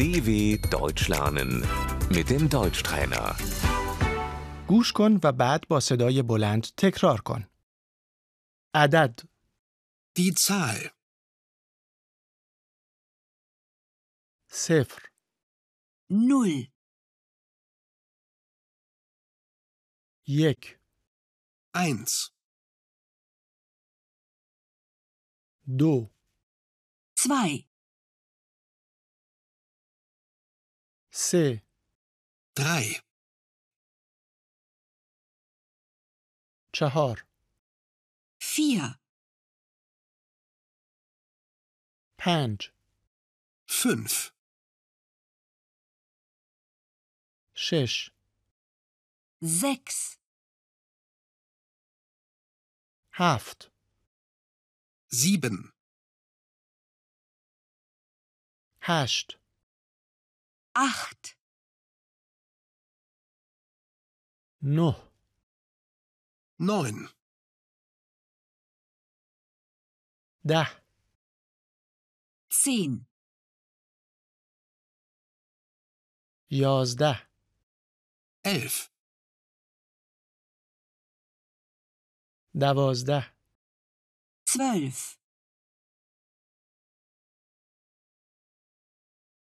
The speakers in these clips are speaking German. DW Deutsch lernen mit dem Deutschtrainer. گوش کن و بعد با صدای بلند تکرار کن. عدد Die Zahl صفر null, یک 1, دو zwei, سه 3, چهار vier, پنج 5, شش sechs, هفت 7, هشت acht, نه 9, ده zehn, یازده 11, دوازده zwölf,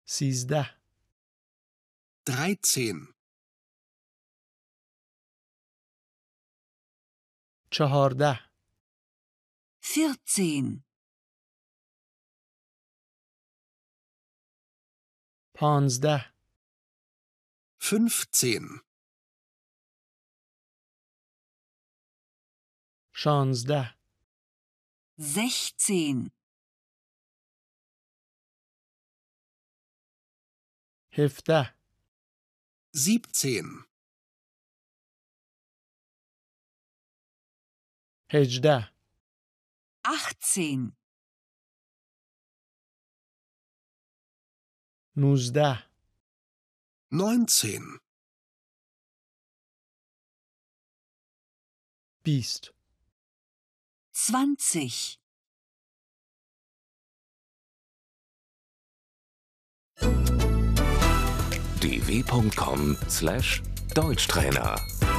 سیزده 13, چهارده vierzehn, پانزده 15, شانزده sechzehn, هفته 17, هجده achtzehn, نوزده 19, بیست zwanzig. dw.com/deutschtrainer